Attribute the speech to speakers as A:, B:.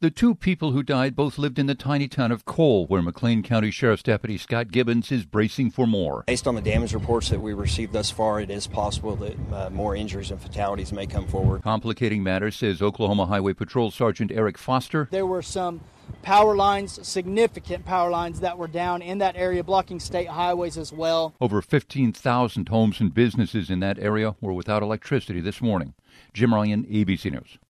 A: The two people who died both lived in the tiny town of Cole, where McLean County Sheriff's Deputy Scott Gibbons is bracing for more.
B: Based on the damage reports that we received thus far, it is possible that uh, more injuries and fatalities may come forward.
A: Complicating matters, says Oklahoma Highway Patrol Sergeant Eric Foster.
C: There were some power lines, significant power lines that were down in that area, blocking state highways as well.
A: Over 15,000 homes and businesses in that area were without electricity this morning. Jim Ryan, ABC News.